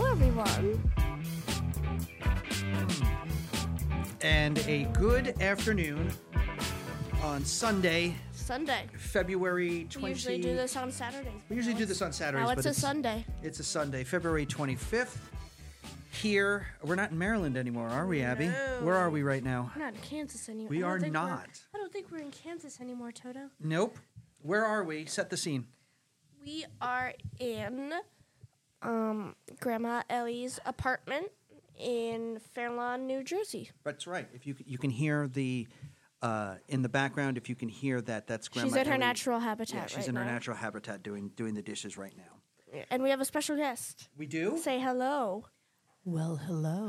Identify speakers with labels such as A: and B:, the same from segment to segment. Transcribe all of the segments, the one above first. A: one.
B: and a good afternoon on Sunday,
A: Sunday.
B: February 20.
A: We usually do this on Saturdays.
B: We usually do this on Saturdays.
A: Now
B: but
A: it's a Sunday.
B: It's a Sunday, February 25th. Here, we're not in Maryland anymore, are we, Abby?
A: No.
B: Where are we right now?
A: We're not in Kansas anymore.
B: We
A: I don't
B: are
A: think we're-
B: not.
A: I don't think we're in Kansas anymore, Toto.
B: Nope. Where are we? Set the scene.
A: We are in um, Grandma Ellie's apartment in Fairlawn, New Jersey.
B: That's right. If you c- you can hear the uh, in the background, if you can hear that, that's Grandma.
A: she's in her
B: Ellie.
A: natural
B: Yeah,
A: habitat
B: she's
A: right
B: in her
A: now.
B: natural habitat doing doing the dishes right now.
A: and we have a special guest.
B: We do.
A: Say hello.
C: Well, hello.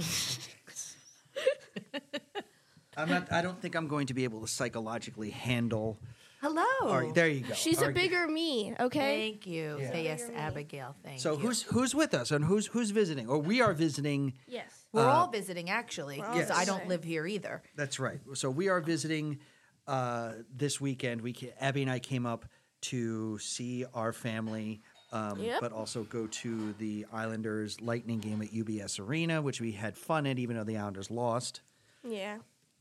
B: I'm not. I don't think I'm going to be able to psychologically handle.
C: hello.
B: All right, there you go.
A: She's
B: All
A: a
B: right.
A: bigger me, okay?
C: Thank you.
B: Yeah.
C: Say yes, Abigail. Thank
B: So
C: you.
B: who's who's with us and who's who's visiting or we are visiting.
A: Yes.
B: uh,
C: We're all visiting actually
A: all
C: because I
A: visiting.
C: don't live here either.
B: That's right. So we are visiting uh, this weekend. We ca- Abby and I came up to see our family, um,
A: Yep.
B: but also go to the Islanders Lightning game at UBS Arena, which we had fun at, even though the Islanders lost.
A: Yeah.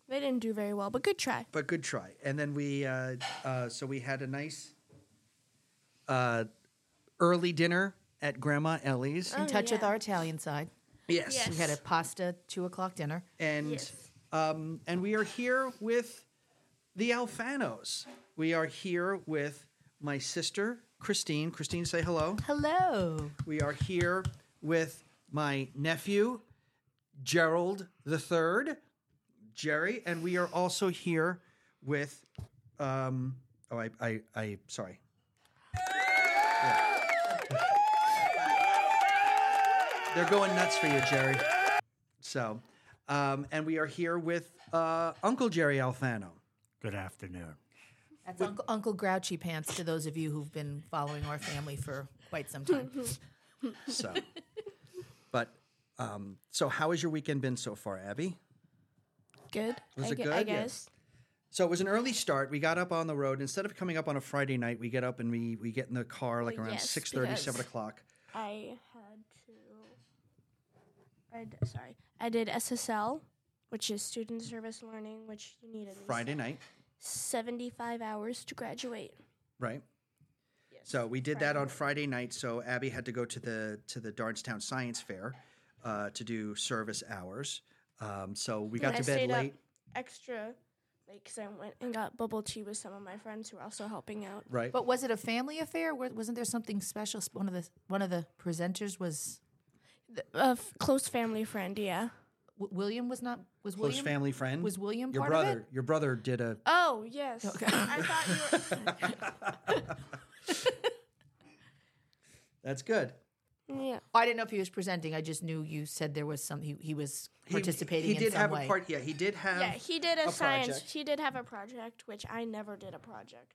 A: They didn't do very well, but good try.
B: But good try. And then we uh, uh, so we had a nice uh, early dinner at Grandma Ellie's.
C: In
A: Oh,
C: touch with
A: yeah.
C: our Italian side.
B: yes.
A: Yes.
C: We had a pasta two o'clock dinner.
B: and
A: Yes.
B: um, and we are here with the Alfanos. We are here with my sister Christine. Christine, say hello.
C: Hello.
B: We are here with my nephew Gerald the Third, Jerry, and we are also here with. Um, oh, I, I, I, sorry. Yeah. They're going nuts for you, Jerry. So, um, and we are here with uh, Uncle Jerry Alfano.
D: Good afternoon.
C: That's Uncle, Uncle Grouchy Pants to those of you who've been following our family for quite some time.
B: So, but um, so, how has your weekend been so far, Abby?
A: Good.
B: Was
A: I
B: it
A: gue-
B: good?
A: I
B: Yeah.
A: guess.
B: So it was an early start. We got up on the road. Instead of coming up on a Friday night, we get up and we, we get in the car like
A: Well,
B: around
A: yes,
B: six thirty, seven 6.30,
A: because-
B: 7 o'clock.
A: I had to. I d- sorry, I did SSL, which is Student Service Learning, which you need at least
B: Friday night,
A: seventy-five hours to graduate.
B: right? So we did that on Friday night. So Abby had to go to the to the Darnstown Science Fair uh, to do service hours. Um, so we got
A: And I
B: to bed
A: stayed
B: late.
A: up extra, like, 'cause I went and got bubble tea with some of my friends who were also helping out.
B: Right.
C: But was it a family affair? Wa- Wasn't there something special? One of the one of the presenters was
A: Th- A f- close family friend, yeah.
C: w- William. Was not was
B: Close
C: William
B: family friend.
C: was William
B: your
C: part of
B: brother.
C: it?
B: Your brother did a
A: Oh yes. I thought you
B: That's good.
A: were. yeah.
C: Oh, I didn't know if he was presenting. I just knew you said there was some. He, he was
B: He-
C: participating.
B: He, did
C: in some
B: have
C: way.
B: a part. Yeah, he did have.
A: Yeah, he did a,
B: a
A: science.
B: project.
A: He did have a project, which I never did a project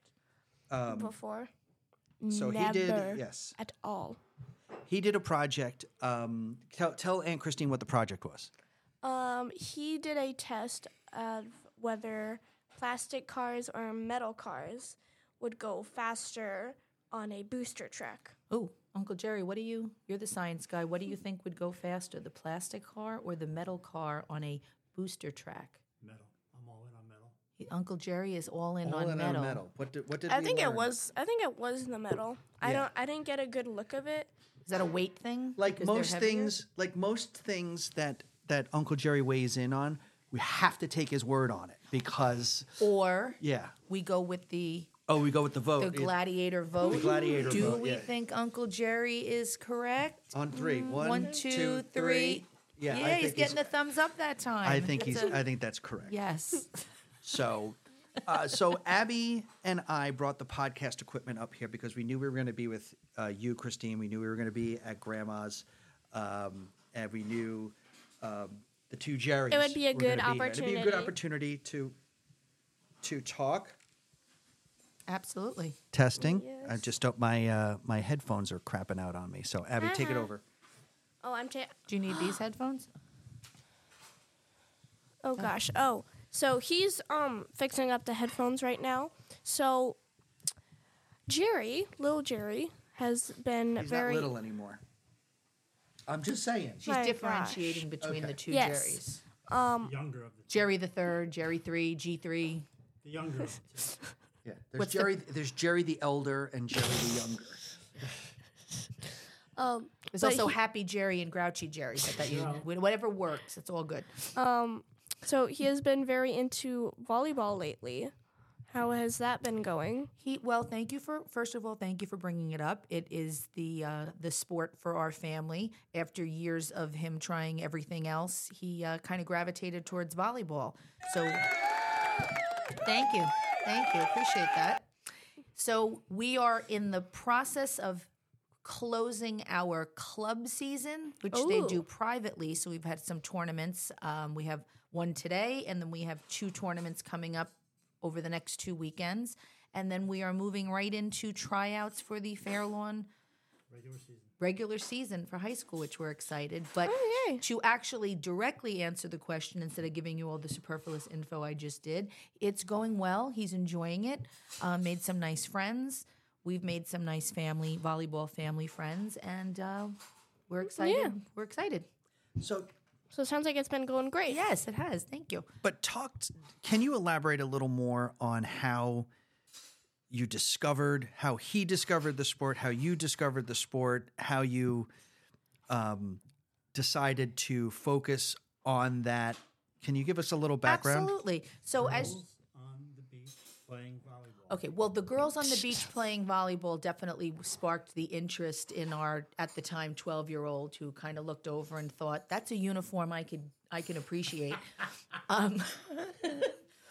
A: before.
B: Um, so he
A: never
B: did- yes.
A: At all.
B: He did a project. Um, tell tell Aunt Christine what the project was.
A: Um, he did a test of whether plastic cars or metal cars would go faster on a booster truck.
C: Oh, Uncle Jerry, what do you? You're the science guy. What do you think would go faster, the plastic car or the metal car on a booster track?
D: Metal. I'm all in on metal.
C: He- Uncle Jerry is all in,
B: All
C: on,
B: in
C: metal.
B: on metal. What did what did
A: I
B: we
A: think it
B: learn?
A: was. I think it was the metal. I
B: Yeah.
A: don't. I didn't get a good look of it.
C: Is that a weight thing?
B: like
C: Because they're
B: most
C: heavier?
B: things like most things that that Uncle Jerry weighs in on. We have to take his word on it because
C: Or
B: yeah.
C: we go with the
B: Oh, we go with the vote
C: the
B: It-
C: gladiator vote.
B: gladiator
C: do
B: vote,
C: we
B: yeah.
C: think Uncle Jerry is correct?
B: on three. One,
C: One, two, three.
B: two, three. Yeah, I
C: he's
B: think
C: getting a thumbs up that time.
B: I think
C: That's
B: he's.
C: a-
B: I think that's correct.
C: yes.
B: So, uh, so Abby and I brought the podcast equipment up here because we knew we were going to be with uh, you, Christine. We knew we were going to be at Grandma's, um, and we knew um, the two Jerrys.
A: It would be a
B: were gonna
A: good
B: here. It'd be a good
A: opportunity.
B: opportunity to to talk.
C: Absolutely.
B: Testing. I
A: Yes.
B: just don't. My uh, my headphones are crapping out on me. So Abby, take it
A: Uh-huh.
B: over.
A: Oh, I'm. Ta-
C: Do you need these headphones?
A: Oh gosh. Oh. So he's um fixing up the headphones right now. So Jerry, little Jerry, has been
B: He's
A: very
B: not little anymore. I'm just saying.
C: She's
A: My
C: differentiating between the two
A: Yes.
C: Jerrys.
A: Um,
D: Younger of the two.
C: Jerry the third, Jerry three, G three.
D: The younger of the two.
B: Yeah. There's
C: What's the-
B: Jerry. there's Jerry the elder and Jerry the younger.
A: um,
C: There's
A: But
C: also
A: he-
C: Happy Jerry and Grouchy Jerry. But that you, whatever works, it's all good.
A: um, so he has been very into volleyball lately. How has that been going?
C: He well, thank you for first of all, thank you for bringing it up. It is the uh, the sport for our family. After years of him trying everything else, he uh, kind of gravitated towards volleyball. So, thank you, thank you, appreciate that. So we are in the process of closing our club season, which they do
A: Ooh.
C: privately. So we've had some tournaments. Um, we have one today, and then we have two tournaments coming up over the next two weekends. And then we are moving right into tryouts for the Fairlawn regular season for high school, which we're excited. But
A: Oh, yay.
C: to actually directly answer the question instead of giving you all the superfluous info I just did, it's going well. He's enjoying it. Uh, made some nice friends. We've made some nice family volleyball family friends, and uh, we're excited. We're excited.
B: So,
A: So it sounds like it's been going great.
C: Yes, it has. Thank you.
B: but talked. Can you elaborate a little more on how you discovered, how he discovered the sport, how you discovered the sport, how you um, decided to focus on that? Can you give us a little background?
C: Absolutely. So as
D: Girls on the beach playing volleyball.
C: Okay, well, the girls on the beach playing volleyball definitely sparked the interest in our at the time 12-year-old who kind of looked over and thought, "That's a uniform I could I can appreciate." um,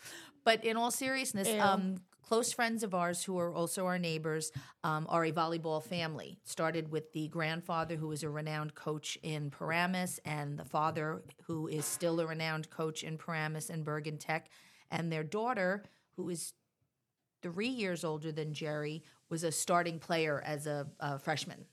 C: but in all seriousness, um, close friends of ours who are also our neighbors um, are a volleyball family. Started with the grandfather who is a renowned coach in Paramus, and the father who is still a renowned coach in Paramus and Bergen Tech, and their daughter who is three years older than Jerry, was a starting player as a, a freshman.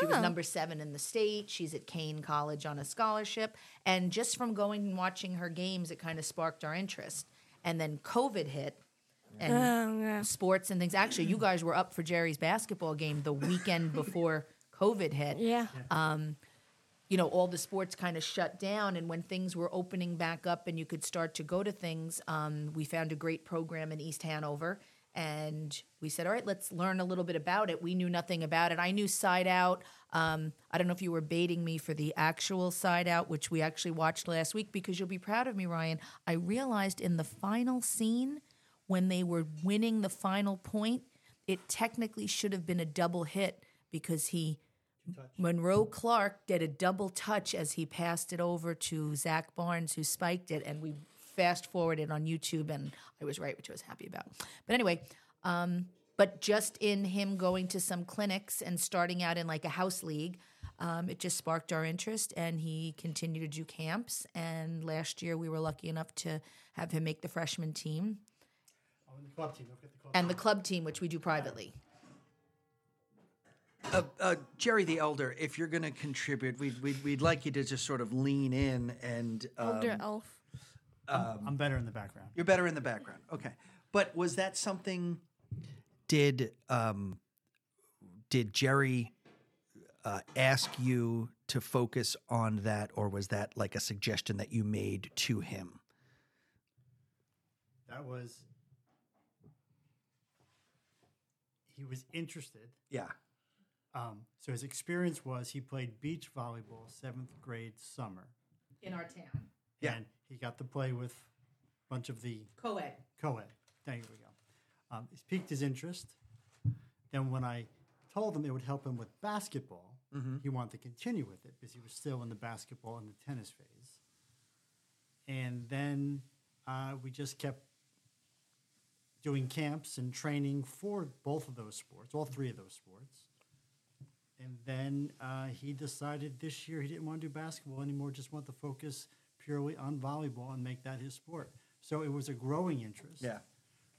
C: She was number seven in the state. She's at Kane College on a scholarship. And just from going and watching her games, it kind of sparked our interest. And then COVID hit and sports and things. Actually, you guys were up for Jerry's basketball game the weekend before COVID hit
A: Yeah.
C: you know, all the sports kind of shut down. And when things were opening back up and you could start to go to things, um, we found a great program in East Hanover. And we said, all right, let's learn a little bit about it. We knew nothing about it. I knew Side Out. Um, I don't know if you were baiting me for the actual Side Out, which we actually watched last week, because you'll be proud of me, Ryan. I realized in the final scene, when they were winning the final point, it technically should have been a double hit because he Monroe Clark did a double touch as he passed it over to Zach Barnes, who spiked it, and we fast forwarded on YouTube, and I was right, which I was happy about. But anyway, um, but just in him going to some clinics and starting out in like a house league, um, it just sparked our interest, and he continued to do camps. And last year, we were lucky enough to have him make the freshman team
D: I'm Oh, in the club team. Don't get the club
C: and the club team, which we do privately.
B: uh, uh, Jerry the Elder, if you're going to contribute, we'd, we'd, we'd like you to just sort of lean in and um,
A: Elder elf.
D: team. I'm better in the background.
B: you're better in the background. Okay. But was that something? Did um, did Jerry uh, ask you to focus on that, or was that like a suggestion that you made to him?
D: That was. He was interested.
B: Yeah.
D: Um, so his experience was he played beach volleyball seventh grade summer.
C: In our town.
B: Yeah.
D: And he got to play with a bunch of the
C: Co ed.
D: co-ed. There you go. Um, it piqued his interest. Then when I told him it would help him with basketball, he wanted to continue with it because he was still in the basketball and the tennis phase. And then uh, we just kept doing camps and training for both of those sports, all three of those sports. And then uh, he decided this year he didn't want to do basketball anymore, just want to focus purely on volleyball and make that his sport. So it was a growing interest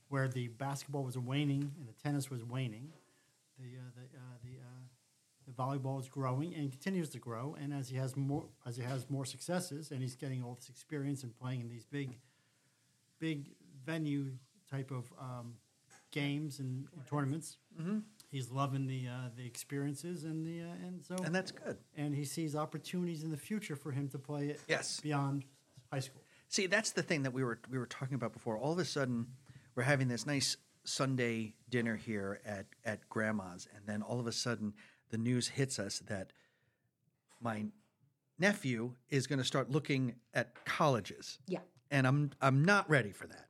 D: where the basketball was waning and the tennis was waning, the uh, the uh, the, uh, the volleyball is growing and continues to grow. And as he has more as he has more successes and he's getting all this experience and playing in these big,
B: Mm-hmm.
D: big venue type of um, games and, and tournaments, he's loving the uh, the experiences and the uh, and so
B: and that's good.
D: and he sees opportunities in the future for him to play it
B: Yes.
D: beyond high school.
B: See, that's the thing that we were we were talking about before. All of a sudden, we're having this nice Sunday dinner here at at grandma's, and then all of a sudden, the news hits us that my nephew is going to start looking at colleges.
C: Yeah.
B: and I'm I'm not ready for that.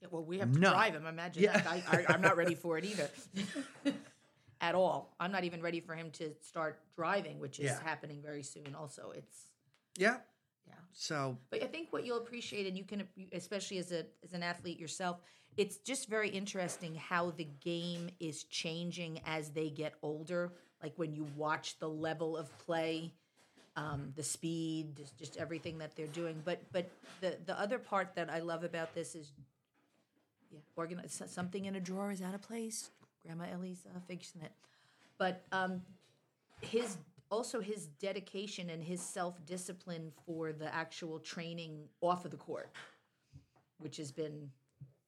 C: Yeah, well, we have to
B: No.
C: drive him. Imagine
B: Yeah.
C: that. I, I, I'm not ready for it either. At all. I'm not even ready for him to start driving, which is
B: Yeah.
C: happening very soon. Also, it's
B: Yeah.
C: Yeah.
B: So
C: But I think what you'll appreciate, and you can, especially as a as an athlete yourself, it's just very interesting how the game is changing as they get older. Like when you watch the level of play, um, the speed, just, just everything that they're doing. But but the the other part that I love about this is, yeah, organize something in a drawer is out of place. Grandma Ellie's uh, fixing it. But um, his also his dedication and his self discipline for the actual training off of the court, which has been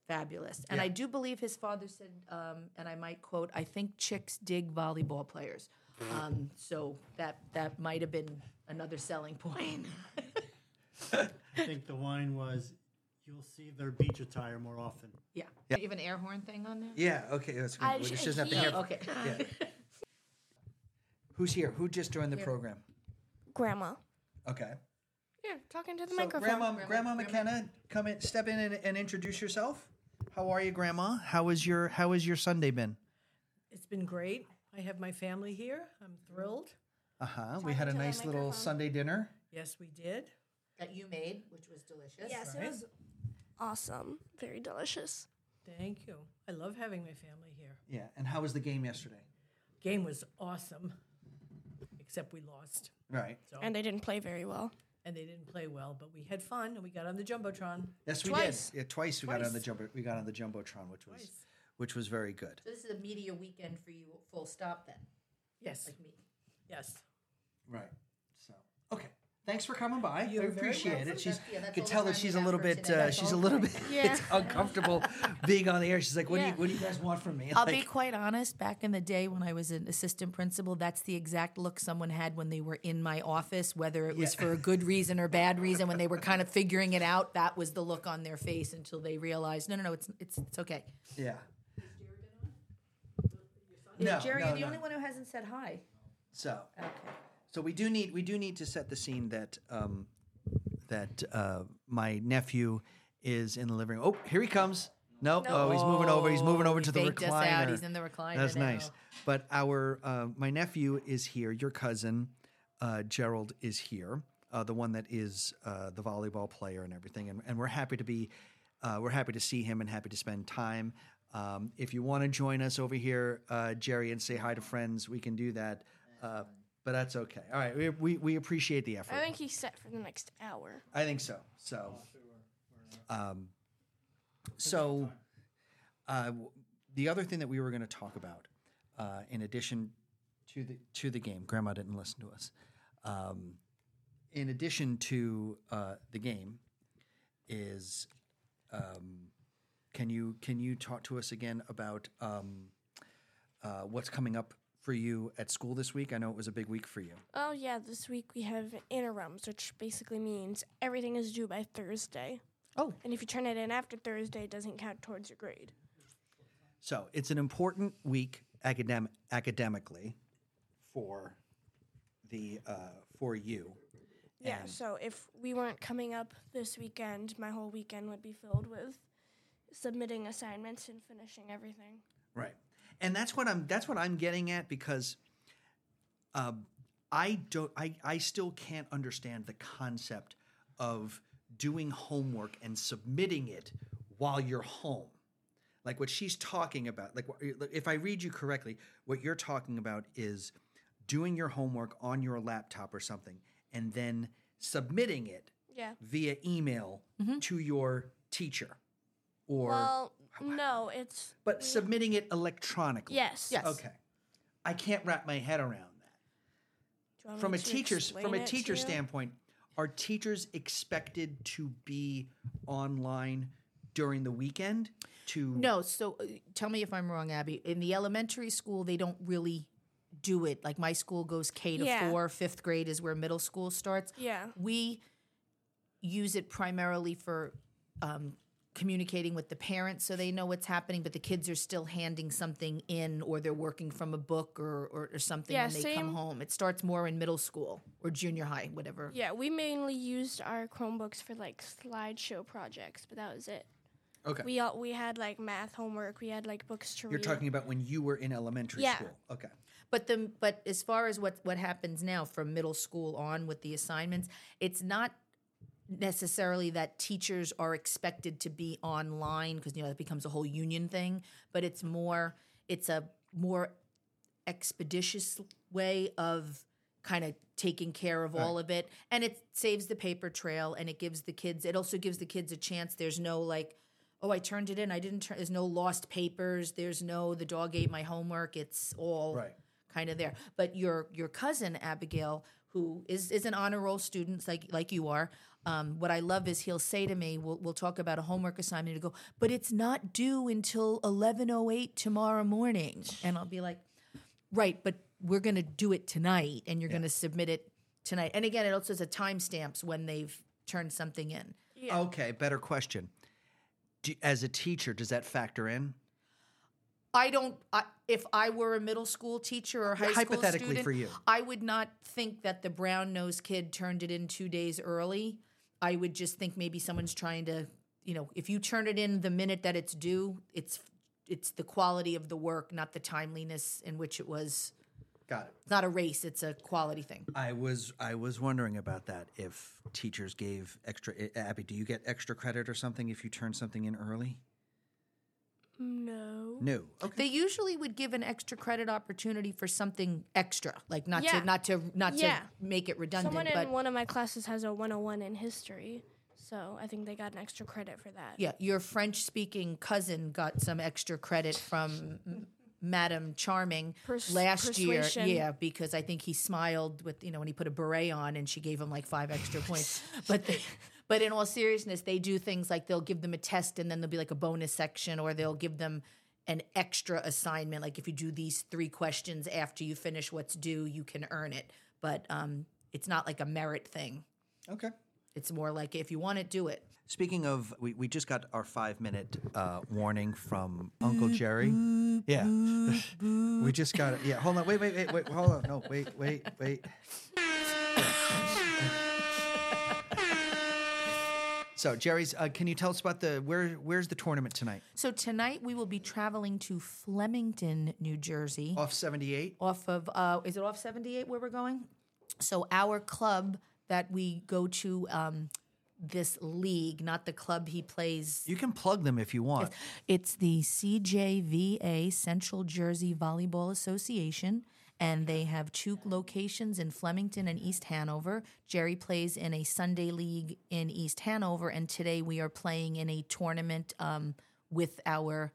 C: fabulous. And I do believe his father said, um, and I might quote, "I think chicks dig volleyball players." Um, so that that might have been another selling point.
D: I think the line was, "You'll see their beach attire more often."
C: yeah. Do you have an air horn thing on there? Oh,
B: yeah, okay. That's good.
A: I
B: Well,
A: sh-
B: she doesn't have to
A: he-
B: hear.
C: Okay.
B: Who's here? Who just joined the program?
A: Grandma.
B: Okay.
A: Yeah, talking to the
B: So
A: microphone.
B: grandma, grandma, McKenna, come in, step in, and, and introduce yourself. How are you, Grandma? How is your How has your Sunday been?
E: It's been great. I have my family here. I'm thrilled.
B: Uh huh. We had a
A: into the
B: nice little
A: microphone.
B: Sunday dinner.
E: Yes, we did.
C: that you made, which was delicious.
A: Yes, it was awesome. Very delicious.
E: Thank you. I love having my family here.
B: Yeah. And how was the game yesterday?
E: Game was awesome, except we lost.
B: Right.
A: And they didn't play very well.
E: And they didn't play well, but we had fun and we got on the jumbotron.
B: Yes, we
E: Twice.
B: did. Yeah, twice we got on the
E: Twice.
B: jumbo. We got on the jumbotron, which was
E: Twice.
B: which was very good.
C: So this is a media weekend for you, full stop. Then,
E: Yes,
C: like me.
E: yes.
B: Right. So okay. Thanks for coming by. I
E: You're very
B: appreciate
C: welcome.
B: it. She's
C: That's- yeah, that's
B: could
C: all the
B: tell that
C: time
B: she's
C: we
B: a
C: have
B: little
C: for
B: bit
C: today.
B: uh,
C: That's
B: she's a
C: all
B: little
C: right.
B: bit
A: Yeah.
B: it's uncomfortable being on the air. She's like, what do
A: Yeah.
B: you what do you guys want from me?
C: I'll be
B: Like,
C: quite honest. Back in the day when I was an assistant principal, that's the exact look someone had when they were in my office, whether it was for a good reason or bad reason. When they were kind of figuring it out, that was the look on their face until they realized, no, no, no, it's it's it's okay.
B: yeah. No,
C: Jerry,
B: no,
C: you're the
B: no.
C: only one who hasn't said hi.
B: So
C: Okay.
B: so we do need we do need to set the scene that um, that uh, my nephew is in the living room. Oh, here he comes. Nope. Oh, he's moving over. He's moving over
C: he
B: to the
C: faked
B: recliner.
C: us out. He's in the recliner
B: That's
C: now.
B: nice. But our uh, my nephew is here. Your cousin uh, Gerald is here. Uh, the one that is uh, the volleyball player and everything. And, and we're happy to be uh, we're happy to see him and happy to spend time. Um, if you want to join us over here, uh, Jerry, and say hi to friends, we can do that. Uh, but that's okay. All right, we, we, we appreciate the effort.
A: I think he's set for the next hour.
B: I think so. So, um, so uh, w- the other thing that we were going to talk about, uh, in addition to the to the game, Grandma didn't listen to us. Um, in addition to uh, the game, is um, can you can you talk to us again about um, uh, what's coming up for you at school this week? I know it was a big week for you.
A: Oh yeah, this week we have interims, which basically means everything is due by Thursday.
C: Oh.
A: And if you turn it in after Thursday, it doesn't count towards your grade.
B: So it's an important week academic academically for the uh, for you.
A: Yeah,
B: And-
A: so if we weren't coming up this weekend, my whole weekend would be filled with submitting assignments and finishing everything.
B: Right. And that's what I'm that's what I'm getting at because um, I don't I, I still can't understand the concept of doing homework and submitting it while you're home. Like what she's talking about, like what- if I read you correctly, what you're talking about is doing your homework on your laptop or something and then submitting it
A: Yeah.
B: via email to your teacher or
A: Mm-hmm. Well, no, it's
B: but submitting it electronically.
A: yes.
C: Yes.
B: Okay. I can't wrap my head around that.
A: Do you want
B: From
A: me
B: a
A: to
B: teacher's
A: explain
B: from a
A: it to
B: teacher
A: you?
B: standpoint, are teachers expected to be online during the weekend to
C: No, so uh, tell me if I'm wrong, Abby. In the elementary school, they don't really do it. Like my school goes K to
A: Yeah.
C: four, fifth grade is where middle school starts.
A: Yeah.
C: We use it primarily for um, communicating with the parents so they know what's happening, but the kids are still handing something in or they're working from a book or, or, or something
A: Yeah,
C: when they
A: same.
C: come home. It starts more in middle school or junior high, whatever.
A: Yeah, we mainly used our Chromebooks for like slideshow projects, but that was it.
B: Okay.
A: We all we had like math homework. We had like books to
B: You're
A: read.
B: talking about when you were in elementary
A: Yeah.
B: school. Okay.
C: But the but as far as what what happens now from middle school on with the assignments, it's not necessarily that teachers are expected to be online because you know that becomes a whole union thing. But it's more it's a more expeditious way of kind of taking care of all of it and it saves the paper trail and it gives the kids it also gives the kids a chance there's no like oh i turned it in i didn't turn there's no lost papers there's no the dog ate my homework it's all
B: Right.
C: kind of there but your your cousin abigail who is is an honor roll student like like you are um, what i love is he'll say to me we'll, we'll talk about a homework assignment and he'll go but it's not due until 1108 tomorrow morning and i'll be like Right, but we're going to do it tonight, and you're going to submit it tonight. And again, it also says a timestamps when they've turned something in.
B: Okay. Better question. Do, as a teacher, does that factor in?
C: I don't. I, if I were a middle school teacher or high
B: Hypothetically
C: school student,
B: for you.
C: I would not think that the brown nosed kid turned it in two days early. I would just think maybe someone's trying to, you know, if you turn it in the minute that it's due, it's it's the quality of the work, not the timeliness in which it was.
B: Got it.
C: It's not a race; it's a quality thing.
B: I was I was wondering about that. If teachers gave extra, I- Abby, do you get extra credit or something if you turn something in early?
A: No.
B: No. Okay.
C: They usually would give an extra credit opportunity for something extra, like not
A: Yeah.
C: to not to not
A: Yeah.
C: to make it redundant.
A: Someone
C: but
A: in one of my classes has a 101 in history, so I think they got an extra credit for that.
C: yeah, your French-speaking cousin got some extra credit from M- Madame Charming
A: Pers-
C: last
A: persuasion.
C: year. Yeah, because I think he smiled with you know when he put a beret on, and she gave him like five extra points. But they, but in all seriousness, they do things like they'll give them a test, and then there'll be like a bonus section, or they'll give them an extra assignment. Like if you do these three questions after you finish what's due, you can earn it. But um, it's not like a merit thing.
B: Okay.
C: It's more like if you want it, do it.
B: Speaking of, we, we just got our five minute uh, warning from Uncle Jerry. Yeah. we just got it. Yeah. Hold on. Wait, wait, wait, wait. Hold on. No, wait, wait, wait. so, Jerry's, uh, can you tell us about the, where? where's the tournament tonight?
C: So tonight we will be traveling to Flemington, New Jersey,
B: Off 78?
C: off of uh, is it off seventy eight where we're going? So our club that we go to um, this league, not the club he plays.
B: You can plug them if you want.
C: It's the CJVA Central Jersey Volleyball Association. And they have two locations in Flemington and East Hanover. Jerry plays in a Sunday league in East Hanover, and today we are playing in a tournament um, with our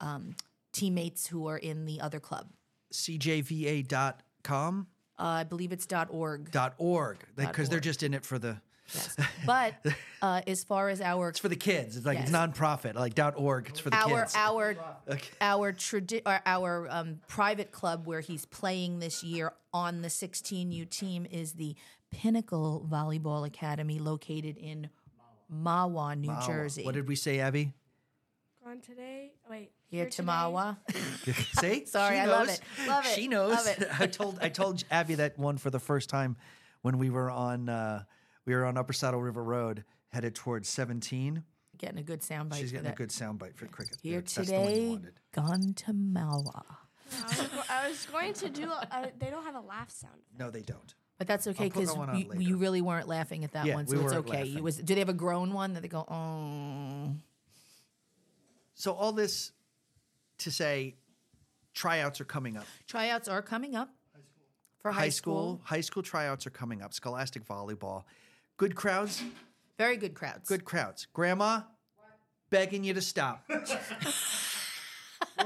C: um, teammates who are in the other club.
B: CJVA.com.
C: Uh, I believe it's .org.
B: Dot org because they're just in it for the
C: Yes. But uh, as far as our
B: it's for the kids it's like it's nonprofit like dot org it's for the
C: our
B: kids
C: our our tradi- or our um, private club where he's playing this year on the 16U team is the Pinnacle Volleyball Academy located in Mawa, New Jersey.
B: Oh, what did we say Abby
A: Gone today? Wait.
C: here to
A: today?
C: Mawa.
B: See,
C: Sorry,
B: she
C: I love
B: knows.
C: it. Love it.
B: She knows.
C: Love it.
B: I told I told Abby that one for the first time when we were on uh, we were on Upper Saddle River Road headed towards 17.
C: Getting a good soundbite.
B: She's
C: for
B: getting a
C: that.
B: good soundbite for cricket.
C: Here
B: That's the one you
C: today,
B: wanted.
C: gone to Mawa.
A: I was, go- I was going to do. a- Uh, they don't have a laugh sound.
B: No, they don't.
C: But that's okay
B: I'll put
C: because
B: that one on
C: you,
B: later.
C: you really weren't laughing at that
B: Yeah,
C: one,
B: we
C: so it's
B: weren't
C: okay.
B: laughing.
C: You was. Do they have a grown one that they go? Oh.
B: So all this to say, tryouts are coming up.
C: Tryouts are coming up for high,
B: High school, high school tryouts are coming up. Scholastic volleyball, good crowds,
C: Very good crowds.
B: good crowds. Grandma, begging you to stop.
D: One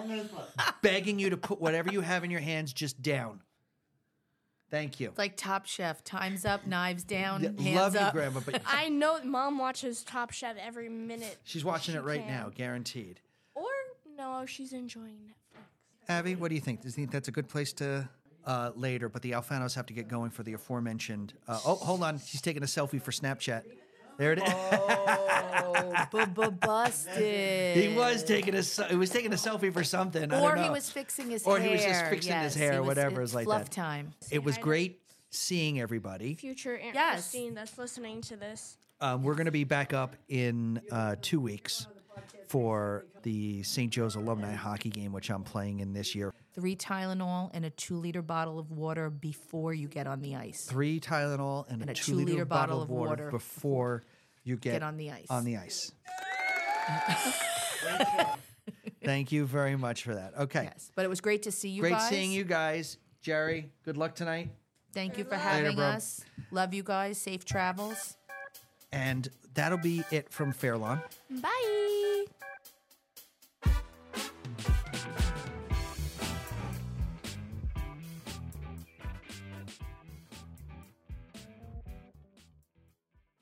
D: minute left.
B: begging you to put whatever you have in your hands just down. Thank you.
C: It's like Top Chef, times up, knives down,
B: Yeah,
C: hands
B: Love you,
C: up.
B: Grandma, but
A: I know mom watches Top Chef every minute.
B: she's watching
A: she
B: it right
A: can.
B: now, guaranteed.
A: Or no, she's enjoying Netflix.
B: Abby, what do you think? Do you think that's a good place to uh, later? But the Alfanos have to get going for the aforementioned. Uh, oh, hold on. She's taking a selfie for Snapchat. There it is.
C: Oh. busted.
B: he was taking a se- he was taking a selfie for something. I
C: or
B: don't know.
C: he was fixing his
B: Or
C: hair.
B: he was just fixing his
C: Yes, he
B: hair,
C: was-
B: whatever
C: it's
B: is like
C: fluff
B: that.
C: time.
B: It was
A: hi to-
B: great seeing everybody.
A: Future Aunt
C: Yes.
A: Christine that's listening to this.
B: Um, we're going to be back up in uh, two weeks for the St. Joe's alumni hockey game, which I'm playing in this year.
C: Three Tylenol and a two-liter bottle of water before you get on the ice.
B: Three Tylenol and, a,
C: a
B: two liter
C: two-liter
B: bottle of water,
C: water
B: before you get,
C: on the ice.
B: On the ice. Thank you very much for that. Okay.
C: Yes, but it was great to see you
B: Great
C: guys.
B: seeing you guys. Jerry, good luck tonight.
C: Thank you for having
B: bro.
C: us. Love you guys. Safe travels.
B: And that'll be it from Fairlawn.
A: Bye.